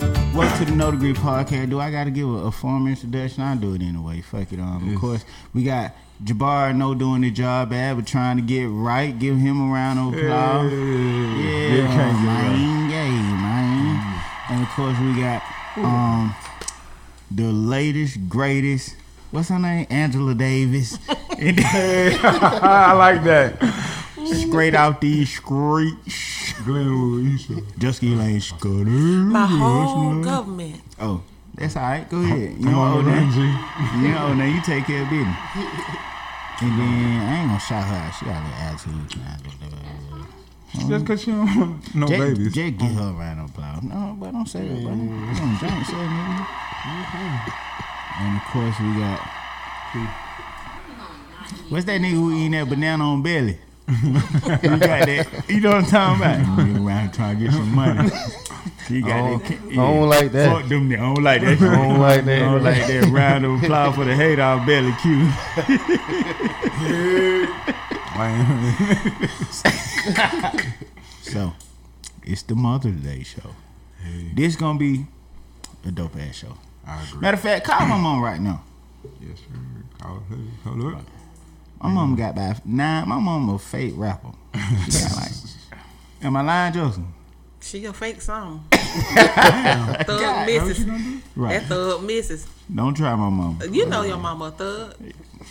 to the No Degree Podcast. Do I got to give a, a formal introduction? I'll do it anyway. Fuck it. Um, Of course, we got Jabbar No doing the job bad, but trying to get right. Give him a round of applause. Hey. Yeah, Yeah, can't get Mm-hmm. man. Yeah, man. And of course, we got um the latest, greatest. What's her name? Angela Davis. and I like that. straight out these streets. Glenwood Eastside. Dusky Lane Scudder. My whole government. Oh, that's all right. Go ahead. You Come know on, what Ramsey. You know, now oh, you take care of business. And then I ain't gonna shout her. out. She got a little attitude. Nah, blah, blah, blah, blah. Just cause you don't want no Jack, babies. Jack get her around the block. No, but don't say that, bro. You don't drink, say nigga. And of course we got. What's that nigga who eating that banana on belly? you got that? You know what I'm talking about? You around trying to get some money. Oh, You got I that. don't- yeah. I don't like that. Fuck them. niggas. I don't like that. I don't like I that. don't like that round of applause for the hate out belly Q. Man, So, it's the Mother's Day show. This gonna be a dope ass show. I agree. Matter of fact, call my mom right now. Yes, sir. Call her. Hold up. My mom got by nine. My mom a fake rapper. She got like, am I lying, Joseph? She a fake song. thug How what you misses. gonna do? Right. That thug misses. Don't try my mom. You know your mama a thug.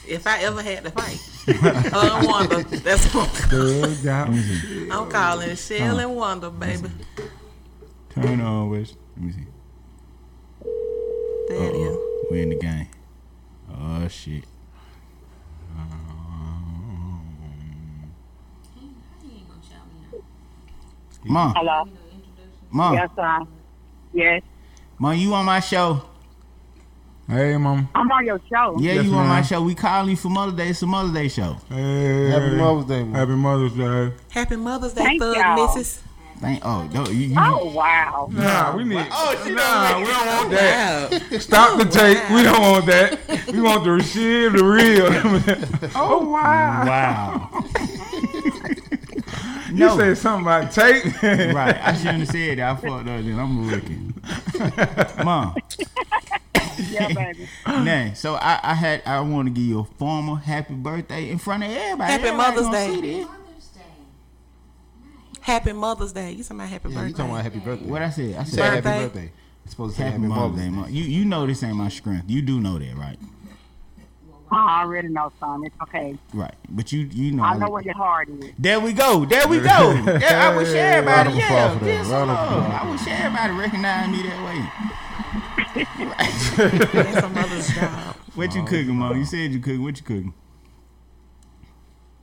If I ever had to fight, her and Wanda. That's what I'm calling. Thug out. I'm calling Shell and Wanda, baby. Turn on, Wes. Let me see. There it is. We in the game. Oh shit. Mom, Hello. mom, Yes, um, yes. mom, you on my show? Hey, mom. I'm on your show. Yeah, Yes, you on my ma'am. show. We calling you for Mother's Day. It's a Mother's Day show. Hey. Happy Mother's Day, man. Happy Mother's Day. Happy Mother's Day, Thank thug y'all. misses. Thank. Oh, no, you, you, Oh wow. Nah, we need. Oh, nah, we don't want that. Stop the Oh, tape. wow. We don't want that. We want the shit, the real. oh wow. wow. You said something about tape. right. I shouldn't have said that. I fucked up. Then I'm looking. mom. Yeah, baby. Nah, so I, I had I want to give you a formal happy birthday in front of everybody. Happy Everybody Mother's gonna see Day. this. Happy Mother's Day. You talking about happy Yeah, birthday? you talking about happy birthday? What I said? I You said said happy Birthday. birthday. It's supposed to say happy, happy Mother's Mother's Day. Day. Mom. You you know this ain't my strength. You do know that, right? I already know, son. It's okay. Right. But you you know. I know where your heart is. There we go. There we go. Yeah, I wish Round everybody. of Yeah, applause for that. give some Round of love. applause. I wish everybody recognized me that way. That's a mother's job. What you cooking, mom? You said you cooking. What you cooking?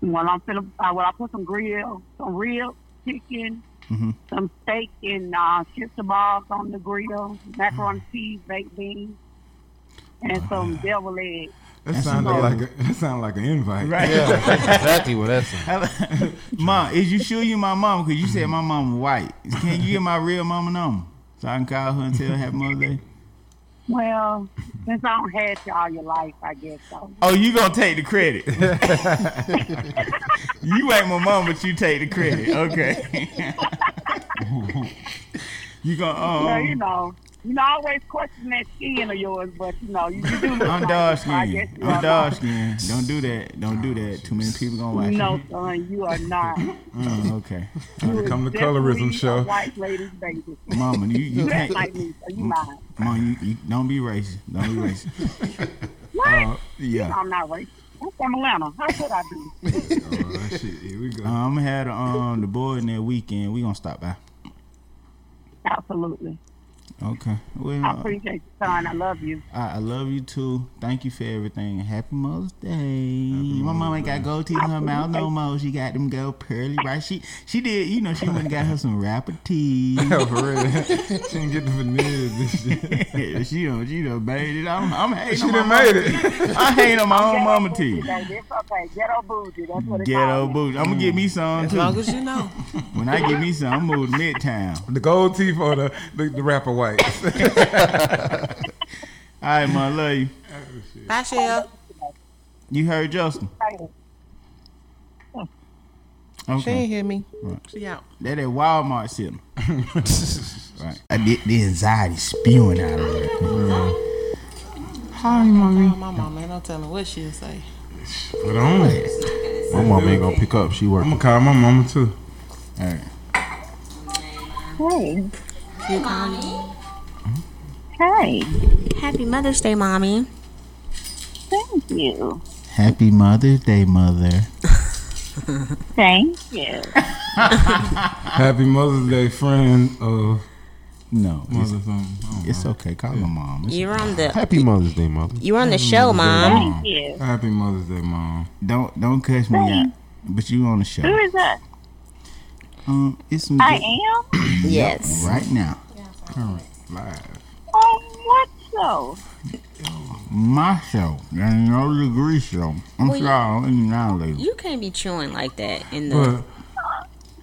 Well, I'm feeling. Uh, well, I put some grill, some real chicken, some steak, and uh, chips kebabs on the grill, macaroni cheese, baked beans, and some devil eggs. That sounded like a, that sounded like an invite. Right. Yeah, that's exactly what that's. mom, is you sure you my mom? Cause you said my mom white. Can you get my real mama number so I can call her and tell her happy Mother's Day? Well, since I don't have you all your life, I guess so. Oh, you gonna take the credit? you ain't my mom, but you take the credit. Okay. you gonna Well, um, you know, you know, I always question that skin of yours, but you know, you, you do look I'm like dark it, so I guess skinned. you I'm are dark skinned. Don't do that. Don't do that. Too many people gonna watch. No, son, you are not. Mm, okay. You Come is to colorism definitely show. a White lady's baby. Mama, you, you You act can't. like me, so you Mm. lying. Mom, you, you don't be racist. Don't be racist. What? Uh, Yeah. I'm not racist. I'm from Atlanta. How could I be? Oh, shit. Here we go. I'm gonna Uh, have the, um the boy in that weekend. We gonna stop by. Absolutely. Okay. Well, Uh, I appreciate you, son. I love you. I, I love you too. Thank you for everything. Happy Mother's Day. My mom ain't got gold teeth in her mouth no more. She got them gold pearly right. She she did. You know she went and got her some rapper teeth. Yeah, for real. she didn't get the veneers and shit. she done she done made it. I'm I'm hating. She on my done mama. made it. I hate on Oh, my own Ghetto mama bougie, teeth. baby. It's okay. Ghetto bougie. That's what it's Ghetto booty. I'm gonna get me some As too. long as you know. When I get me some, I'm moving midtown. The gold teeth or the, the, the rapper white. All right, ma, love you. Bye, Shell. You heard Justin. She Okay. ain't hear me. She out. That at Walmart sitting. Right. I did the anxiety spewing out of her. Hi, mommy. Oh, my mama, ain't no telling what she'll say. Put on. I'm My mom ain't gonna pick up. She working. gonna call my mama too. All right. Hey. Hey, Happy Mother's Day, mommy. thank you. Happy Mother's Day, mother. Thank you. Happy Mother's Day, friend of Oh, No, it's, mother something. it's okay. Call her mom. It's- You're on the Happy Mother's Day, mother. you're on the show, mom. Thank you. Happy Mother's Day, mom. Don't don't cuss me out. But you on the show. Who is that? Um, it's some I good- am? Yes. right now. Live. On Oh, what show? My show, and no degree show. I'm Well, you- sorry, I don't even know, lady. You can't be chewing like that in the.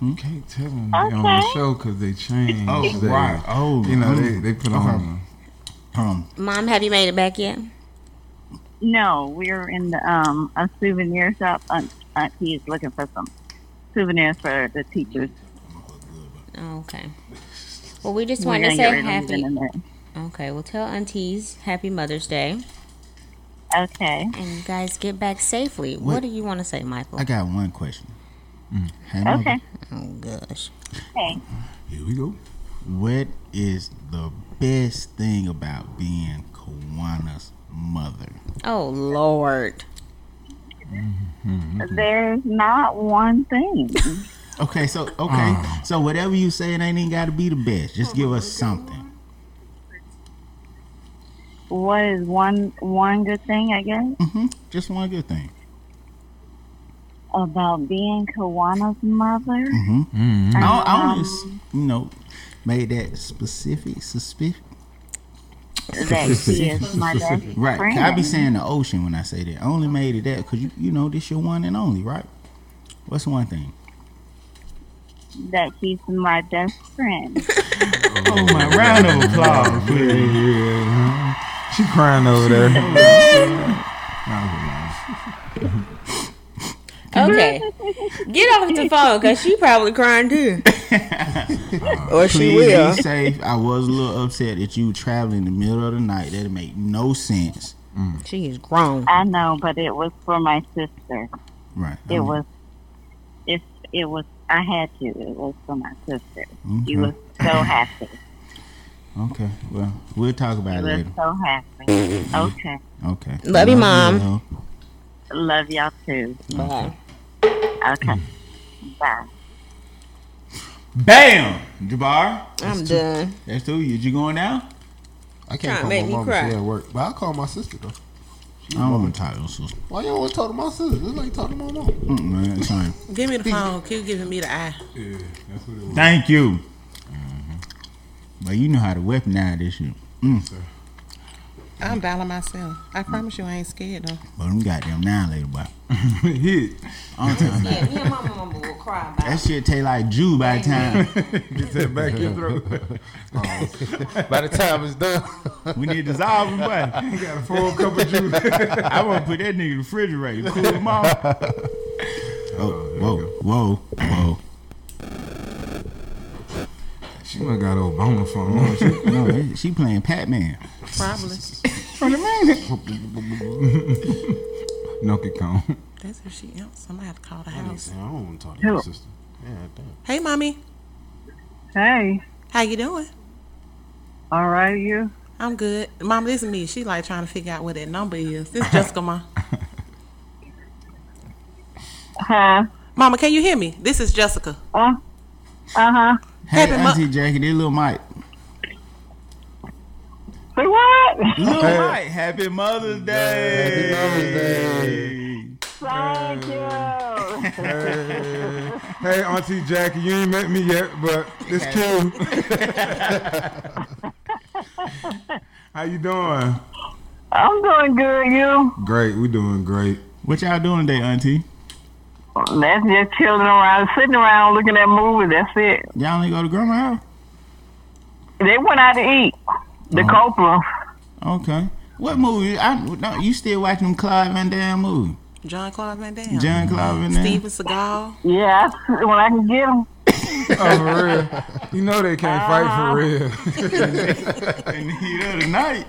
But you can't tell them they on the Okay. show because they changed. Oh, they, right. Oh, You know, they, mm. they put Okay. on. Um, Mom, have you made it back yet? No, we're in the, um a souvenir shop. Aunt, Auntie is looking for some souvenirs for the teachers. Oh, okay. Well, we just We're wanted to gonna get say rid of them happy. in a minute. Okay, well, tell aunties happy Mother's Day, Okay. and you guys get back safely. Wait. What, do you want to say, Michael? I got one question. Mm. Hey, mother, Okay. Oh gosh. Okay. Here we go. What is the best thing about being Kawana's mother? Oh Lord. Mm-hmm. There's not one thing. Okay, so okay, Ah. so whatever you say, it ain't even got to be the best. Just give us something. what is one one good thing I guess hmm Just one good thing. about being Kawana's mother? Mm-hmm. Mm-hmm. I, don't- I Um, only, s- you know, made that specific, suspicious. that she is my best Right. 'cause friend. I be saying the ocean when I say that. I only made it that because you, you know this your one and only, right? What's one thing? that she's my best friend. Oh my! Round of applause. Yeah, yeah. Oh, She crying over there. Okay. Get off the phone, cause she probably crying too. or she Please will. be safe. I was a little upset that you traveling in the middle of the night. That make no sense. She is grown. I know, but it was for my sister. Right. It was if it was I had to. It was for my sister. Okay. She was so happy. Okay. Well, we'll talk about She it was later. so happy. Okay. Okay. Love you, Mom. though. Love y'all too. Bye. Okay. Bye. Bam, Jabbar. I'm done. That's two. You you going now? I Tryna can't call make my me mom. cry. She at work, but I call my sister though. I don't want to talk to your sister. Why you always talk to my sister? It's like talking to my mom. Mm, man, it's fine. Give me the phone. Keep giving me the eye. Yeah, that's what it was. Thank you. Mm-hmm. But you know how to weaponize this shit. I'm dialing myself. I promise you I ain't scared though. But them goddamn nine later, boy. Hit. I'm talking about. Yeah, me and my mama will cry about That shit taste like Jew by the time Get that back in your throat. By the time it's done, we need to dissolve him, boy. You got a full cup of juice. I want to put that nigga in the refrigerator, cool him off. Oh, whoa, whoa, whoa. She must got Obama phone. No, it- she playing Pac-Man. Probably. Donkey Kong. That's if she else. I'm gonna have to call the house. I don't want to talk to my Hello. sister. Yeah, damn. Hey mommy. Hey. How you doing? All right, you. I'm good. Mom, this is me. She like trying to figure out what that number is. This is Jessica Ma. Huh? Mama, can you hear me? This is Jessica. Uh uh-huh. huh. Hey, Happy Mo- Auntie Jackie, this little Mike. Say what? Little Mike, happy Mother's Day. Thank you. Hey, Auntie Jackie, you ain't met me yet, but it's cute. How you doing? I'm doing good, you. Great. We doing great. What y'all doing today, Auntie? That's just chilling around, sitting around looking at movies. That's it. Y'all ain't go to grandma house? They went out to eat. The Coppola. Okay. What movie? I, no, you still watching them Clive Van Damme movie? John Clark Van Damme. John Clive Van Damme. Steven Seagal. Yeah, I, when I can get them. Oh, for real. You know they can't Uh-huh. fight for real. in the heat of the night.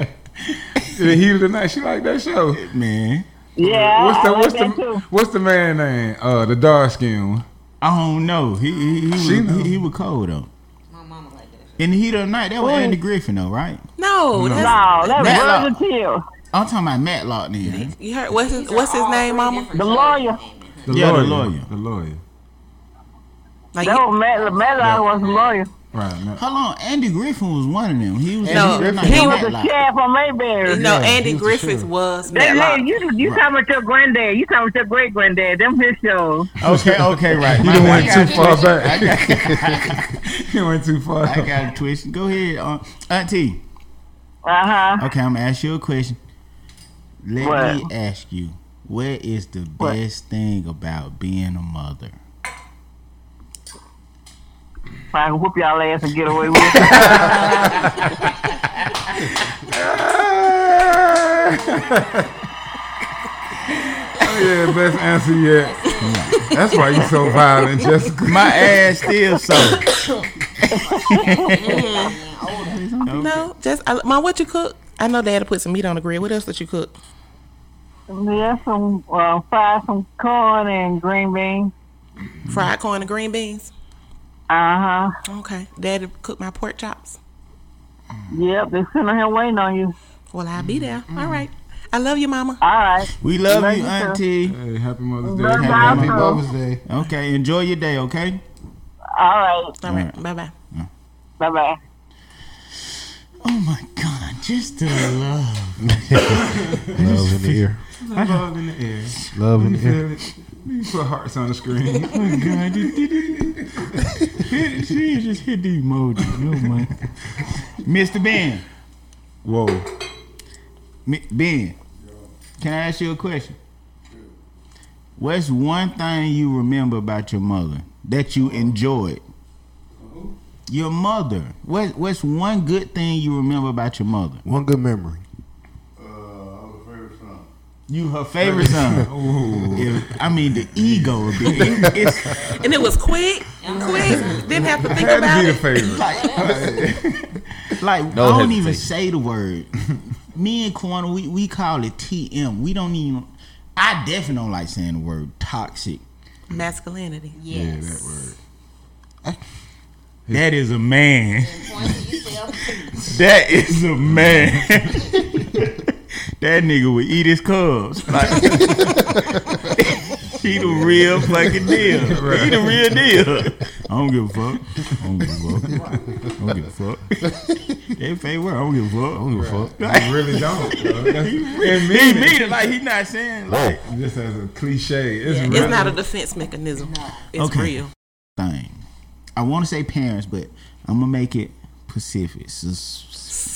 In the heat of the night, she like that show. Uh-huh, Man. Yeah, What's the I what's like that the too. what's the man name? Uh, the dark skin one. I don't know. He he, he, was, She know. he, he was cold though. My mama like that. In the heat of the night, that was Who? Andy Griffin though, right? No, that's, No, that Matlock. was Till, I'm talking about Matlock then. you heard what's his, what's his name, Mama? the lawyer. The Yeah, the lawyer. The lawyer. Like That was Matlock. Matlock was the lawyer. Right. man. Hold on, Andy Griffin was one of them. He was No, in the heat of the he night, He was was the Matlock. sheriff on Mayberry. no, Yeah, Andy he was the Griffith sheriff. was That Matlock. man, you you talking about your granddad? You talking about your great granddad? Them his shows. Okay, okay, right. Oh You My done bad. I went got too far twisted. back. I got, You went too far. I got a twist. Go ahead, uh, Auntie. Uh huh. Okay, I'm gonna ask you a question. Let What? me ask you, what is the What? best thing about being a mother? I can whoop y'all ass and get away with it. Oh, yeah, best answer yet. That's why you so violent, Jessica. My ass still so. No, just I, my what you cook. I know Daddy put some meat on the grill. What else did you cook? yeah, some uh, fry some corn and green beans. Fried corn and green beans. Uh huh. Okay, Daddy cooked my pork chops. Yep, they sitting here waiting on you. Well, I'll be there. Mm-hmm. All right. I love you, Mama. All right. We love Love you, you, sir. Auntie. Hey, happy Mother's Love Day. y'all. Happy Bro. Mother's Day. Okay, enjoy your day. Okay. All right. All right. Mm-hmm. Bye bye. Bye bye. Oh my God, just the love. Love in the air. Love in the air. Love in You the air. feel it? You put hearts on the screen. Oh my God, just, did it- hit, she just hit the emoji. Oh my. Mr. Ben, Whoa. Mi- Ben, can I ask you a question? What's one thing you remember about your mother that you enjoyed? Your mother. What, what's one good thing you remember about your mother? One good memory. You her favorite son. If- I mean, the ego. of it. It- it's, And it was quick, quick. Didn't have to think Had to about be the it. favorite. Like No I don't even hesitation. say the word. Me and Corner, we, we call it TM. We don't even. I definitely don't like saying the word toxic. Masculinity. Yeah, Yes. that word. That is a man. Point to yourself, too. That is a man. that nigga would eat his cubs. Like, he the real fucking deal. He the real deal. I don't give a fuck. I don't give a fuck. I don't give a fuck. they pay word. I don't give a fuck. I don't give a fuck. You really don't. Bro. That's, and He mean it mean it like he not saying like Whoa. just as a cliche. It's really It's not a defense mechanism. It's Okay. real. thing. I want to say parents, but I'm gonna make it Pacific, s-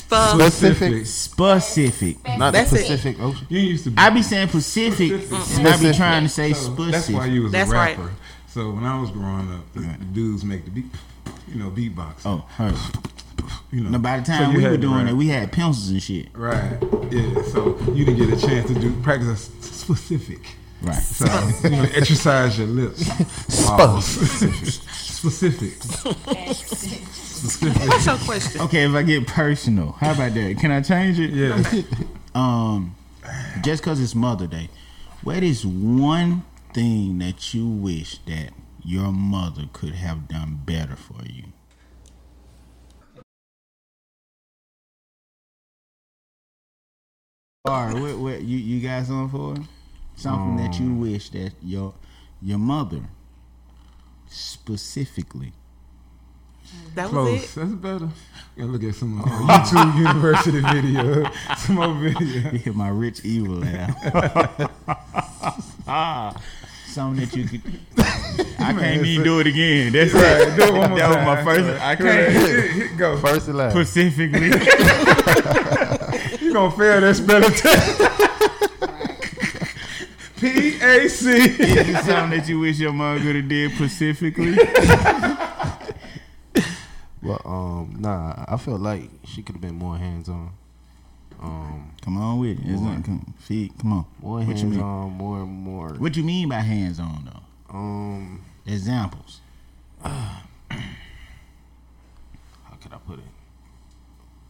Spuff. Pacific. specific. Not the That's it. Pacific Ocean. You used to. Be, I be saying Pacific, and I be Specific. trying to say so that's why specific. you was That's a right. rapper. So when I was growing up, the, the dudes make the beat. You know, beatbox. Oh, her. you know. Now by the So time you we had were to doing rap. it, we had pencils and shit. Right. Yeah. So you didn't get a chance to do practice a s- specific. Right. So you know, exercise your lips. Wow. specific. specific. What's your question? Okay, if I get personal, how about that? Can I change it? Yeah. Um, just cause it's Mother Day, what is one thing that you wish that your mother could have done better for you? All right, what, what you you got something for? her? Something that you wish that your your mother specifically. That was Close. it. That's better. Gotta look at some uh, YouTube University video. Some more video. You hit my rich evil laugh. Something that you could. I can't even do it again. That's Right, do it one more That was my time. first- Right. I can't- Hit- hit Go. First and last. specifically. You gonna fail that spelling test. P A C. Is it something that you wish your mom could have did specifically? But um, nah, I felt like she could have been more hands on. Um, Come on with it. It's not, come, feet, come on. more what you hands mean? on, Um, more and more. What you mean by hands on though? Um, Examples. how could I put it?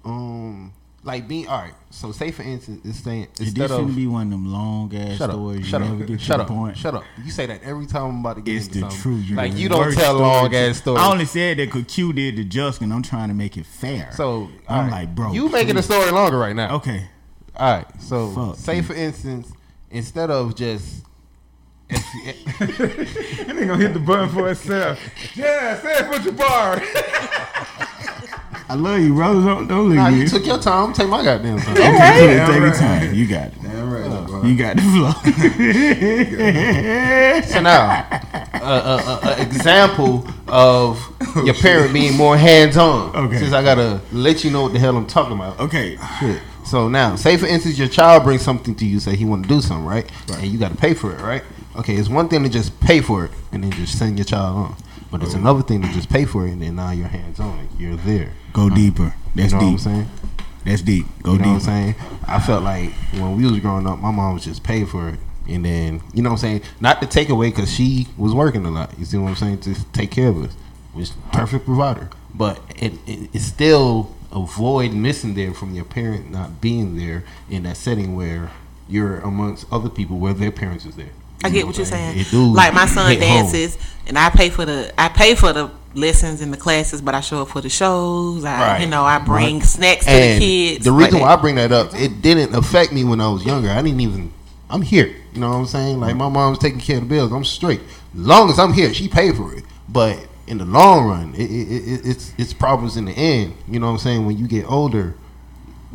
Um, like being all right. So say for instance, it's saying This instead shouldn't of be one of them long ass shut up, stories. shut you never up, get shut to up, the point. shut up. You say that every time I'm about to get It's into the something. truth. You're Like the you don't worst tell story long to- ass stories. I only said that because Q did the Justin. I'm trying to make it fair. so all I'm right, like, bro, you making the please. story longer right now. okay? All right. So Fuck, say for instance, instead of just That nigga gonna hit the button for itself. yeah, say it for Jabbar. I love you, bro. Don't, don't leave nah, me. you took your time, take my goddamn time. Okay, Damn take your right. time. You got it. Uh, Damn right, LeBron. You got the flow. So now, uh, an example of your parent being more hands on. Oh, Okay. Since I gotta let you know what the hell I'm talking about. okay. Shit. So now, say for instance, your child brings something to you, say he want to do something, right? And you got to pay for it, right? Okay, it's one thing to just pay for it and then just send your child on, but it's another thing to just pay for it and then now you're hands on it. You're there. Go deeper. That's you know what I'm deep. saying? That's deep. Go You know what I'm deeper. saying? I felt like when we was growing up, my mom was just paid for it. And then, you know what I'm saying? Not to take away because she was working a lot. You see what I'm saying? To take care of us. Was perfect provider. But it, it, it's still a void missing there from your parent not being there in that setting where you're amongst other people where their parents is there. I You get know what you're I'm saying. It do Like my son hit home. dances, and I pay for the I pay for the lessons and the classes, but I show up for the shows. I you Right. know I bring snacks to and the kids. the but reason why I bring that up, it didn't affect me when I was younger. I didn't even. I'm here. You know what I'm saying? Like my mom's taking care of the bills. I'm straight. Long as I'm here, she paid for it. But in the long run, it, it, it, it's it's problems in the end. You know what I'm saying? When you get older,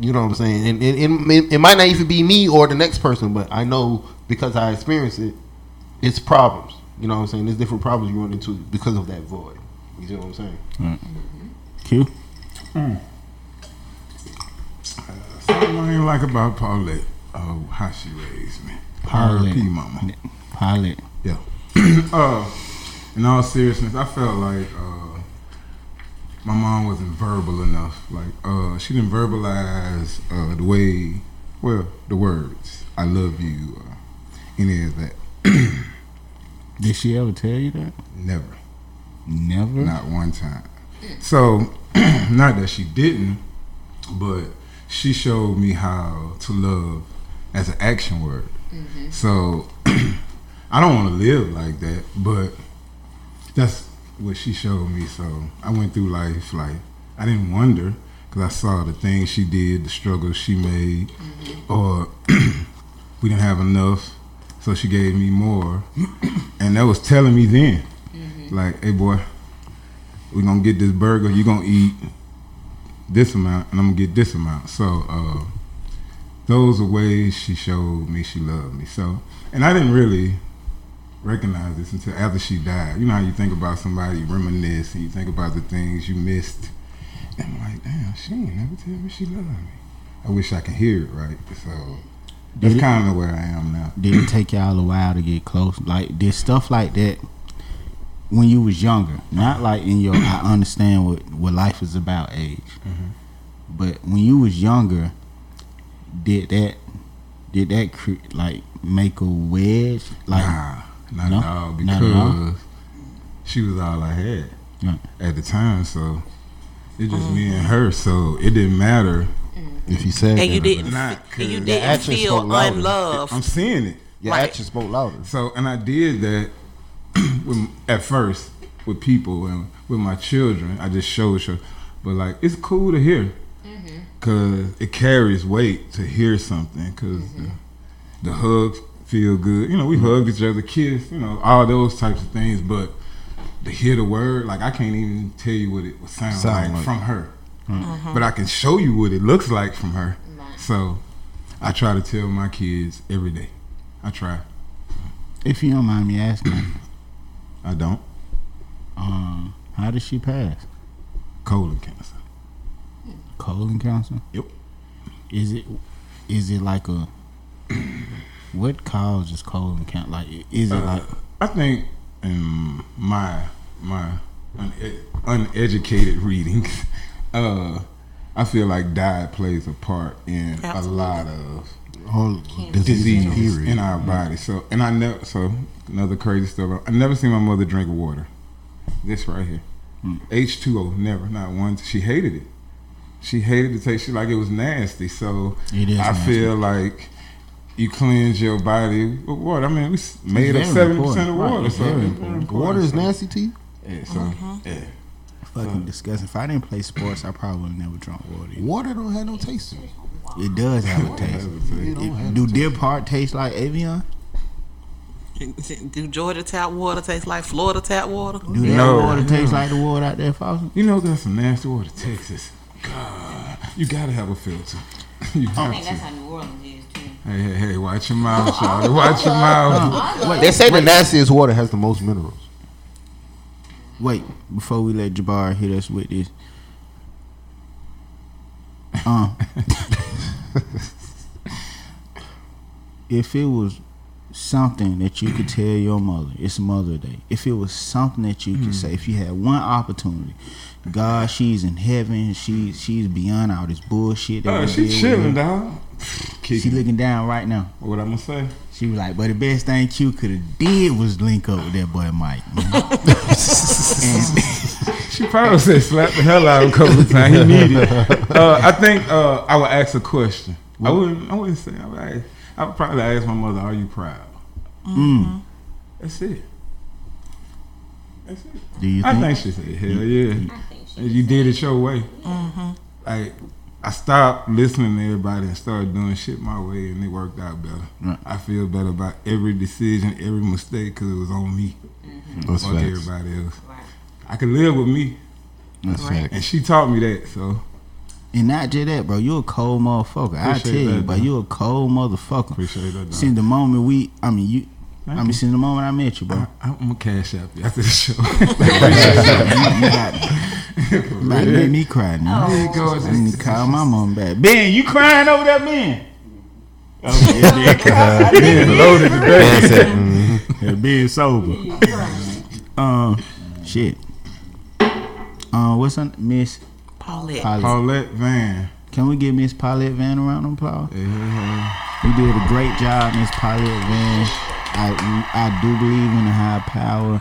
you know what I'm saying? And it, it, it might not even be me or the next person, but I know because I experienced it, it's problems. You know what I'm saying? There's different problems you run into because of that void. You see what I'm saying? Q. Something I ain't like about Paulette. Oh, how she raised me. R.I.P. mama. Pilot. Yeah. uh, in all seriousness, I felt like uh, my mom wasn't verbal enough. Like uh, she didn't verbalize uh, the way, well, the words "I love you," uh, any of that. Did she ever tell you that? Never, Never. not one time. So, not that she didn't, but she showed me how to love as an action word. So, I don't want to live like that, but that's what she showed me. So I went through life like I didn't wonder because I saw the things she did, the struggles she made, or we didn't have enough, so she gave me more, and that was telling me then, like, hey boy, we're gonna get this burger. You're gonna eat this amount, and I'm gonna get this amount. So. uh those are ways she showed me she loved me. So, and I didn't really recognize this until after she died. You know how you think about somebody, you reminisce, and you think about the things you missed. And I'm like, damn, she ain't never tell me she loved me. I wish I could hear it, right? So that's Did it- kind of where I am now. Did it take y'all a while to get close? Like did stuff like that when you was younger? Not like in your I understand what what life is about age, but when you was younger, did that did that cre- like make a wedge? Like Nah, not No? at all. Not Because at all? she was all I had Right. at the time. So it just me and her. So it didn't matter. If you said and you didn't Not fe- and you good. The didn't actions feel spoke louder. unloved. I'm seeing it. your Right. action spoke louder. So, and I did that with, at first with people and with my children. I just showed her, but like it's cool to hear because it carries weight to hear something because the, the hugs feel good. You know, we hugged each other, kissed, you know, all those types of things. But to hear the word, like I can't even tell you what it would sound, Sound like, like. from her, but I can show you what it looks like from her. So, I try to tell my kids every day. I try. if you don't mind me asking, I don't. um, how did she pass? colon cancer. Colon cancer? Yep. Is it is it like a what causes colon cancer? Like is it like I think in my my une- uneducated readings, uh, I feel like diet plays a part in Absolutely. a lot of All diseases in our body. So, and I know so another crazy story. I never seen my mother drink water. This right here. Hmm. H two O. Never, not once. She hated it. She hated the taste. She like it was nasty. So It is I nasty. feel like you cleanse your body with water. I mean, we s- made up very seventy percent of important. Right, water. it's so very it's important. important. Water is nasty to you. Yeah, so yeah. Fucking disgusting. If I didn't play sports, I probably would have never drunk water. either. Water don't have no taste in it. It does have a taste. It don't have Do no taste. deer part taste like avian? Do Georgia tap water taste like Florida tap water? Do that No. water taste like the water out there, Fawcett? You know, got some nasty water, Texas. God, you gotta have a filter. you I have think that's to. how New Orleans is too. Oh, Hey, hey, hey! Watch your mouth, Charlie. Watch your mouth. They say the nastiest water has the most minerals. Wait, before we let Jabbar hit us with this. Uh, if it was something that you could tell your mother, it's Mother Day. If it was something that Hmm. you could say, if you had one opportunity, God, she's in heaven. She she's beyond all this bullshit. That Oh, we she did with chilling, her. dog. She Kicking. looking down right now. what I'm gonna say? She was like, but the best thing Q could have did was link up with that boy Mike. She probably said slap the hell out of him a couple of times. He needed. it. Uh, I think uh, I would ask a question. I wouldn't. I wouldn't say. I would, ask, I would probably ask my mother, "Are you proud?" Mm. That's it. That's it. Do you I think? think she said, "Hell yeah." I think she. And you did it your way. Like I stopped listening to everybody and started doing shit my way, and it worked out better. Right. I feel better about every decision, every mistake, because it was on me, That's fuck facts. everybody else. Right. I could live with me, That's Right. and she taught me that. So And not just that, bro. You a cold motherfucker. I tell Appreciate you, that, bro. man. You a cold motherfucker. Appreciate that, dog. Since the moment we, I mean, you, I Thank mean, you. since the moment I met you, bro. I, I'm gonna cash up you after the show. you got you about to make me cry now. There you go. I need to call my mom back. Ben, you crying over that Ben? Oh, yeah, Ben crying. Being loaded today. mm, Yeah, Ben sober. um, shit. Um, what's on Miss Paulette. Paulette? Paulette Van. Can we give Miss Paulette Van a round of applause? Yeah. You did a great job, Miss Polly Van. I I do believe in a high power,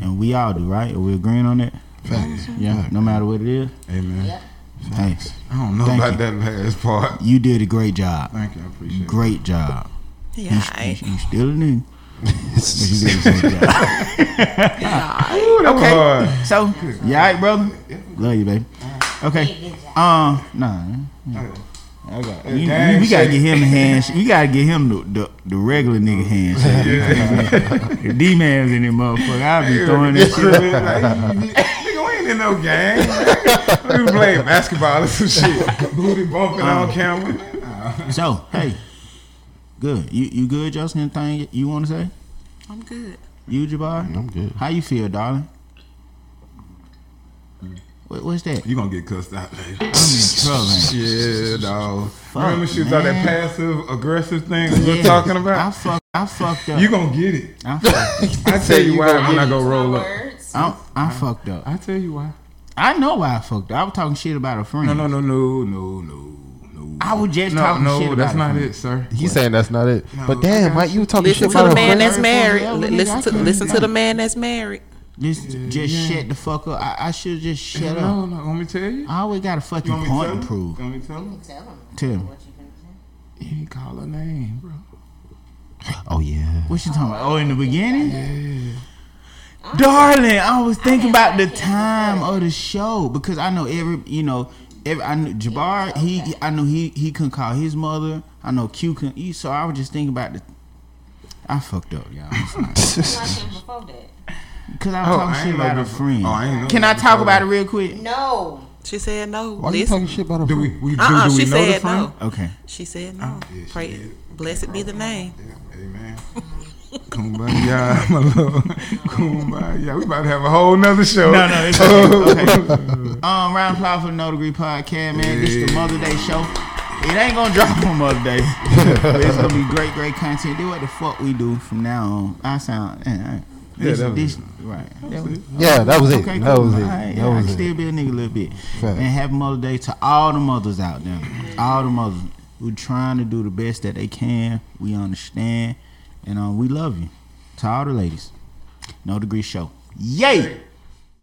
and we all do, right? Are we agreeing on that? Facts. Yeah, no matter what it is. Amen. Thanks. I don't know Thank about you. that last part. You did a great job. Thank you. I appreciate it. Great job. You, Yeah, you, I- you still a nigga. but you did a great job. Ooh, that was hard. So, you all right, brother? Love you, baby. Okay. Um, nah. I got, you, you- we gotta get him a hand. We gotta get him the, the, the regular nigga handshake. If D man's in that motherfucker, I'll be throwing that shit. Like, Nigga, we ain't in no gang. We was playing basketball or some shit. Booty bumping on camera. So, hey, good. You you good, Justin? Anything you want to say? I'm good. You, Jabbar? I'm good. How you feel, darling? What, what's that? You gonna get cussed out later. I'm in trouble. ain't Yeah, dog. Fuck, Remember she was all that man. passive aggressive thing I? we were Yeah, talking I about? fuck. I fucked up. You gonna get it. I fucked up. I tell you you why gonna when get I go roll My up. words. I, I fucked up. I tell you why. I know why I fucked up. I was talking shit about a friend. No, no, no, no, no, no, no. I was just no, talking no, shit about that's a not friend. it, sir. He's saying that's not it. but damn, Mike, you were talking Listen shit to the about man that's friend. married. Yeah, Li- nigga, I Listen to couldn't listen do to the it. man that's married. Just, just yeah. shut the fuck up. I, I should just shut up. No, no, want me to tell you? I always got a fucking You want me to tell point her? to prove. You want me to tell her? Tell him Tell me. what you think. You ain't call her name, bro. Oh yeah. What you talking about? Oh, in the beginning? Darling, I was thinking about the time of the show because I know every, you know, every I knew Jabbar, he I knew he he couldn't call his mother. I know Q couldn't eat, so I was just thinking about the I fucked up, y'all. You liked him before that. Cuz I was Oh, talking I ain't shit know about a before- friend. oh, I ain't know Can I that talk before. about it real quick? No. She said no. Why you Listen. talking shit about a Do friend? we, we, do, Uh-uh, do we she know the said friend? no. Okay. She said no. yeah, she Pray, did. blessed be the name. Amen. Kumbaya, my love. Kumbaya. We about to have a whole nother show. No, no, it's okay. okay. Um, round of applause for the No Degree Podcast, man. This is the Yeah. Mother Day show. It ain't gonna drop on Mother Day, but it's gonna be great, great content. Do what the fuck we do from now on. I sound, eh, eh. this, that was this, right? That was- Yeah, that was it. Okay, that cool. was it. All right, yeah, that I was can it. still be a nigga a little bit. Fact. And happy Mother Day to all the mothers out there. All the mothers who trying to do the best that they can. We understand. And um, we love you. To all the ladies. No Degree Show. Yay!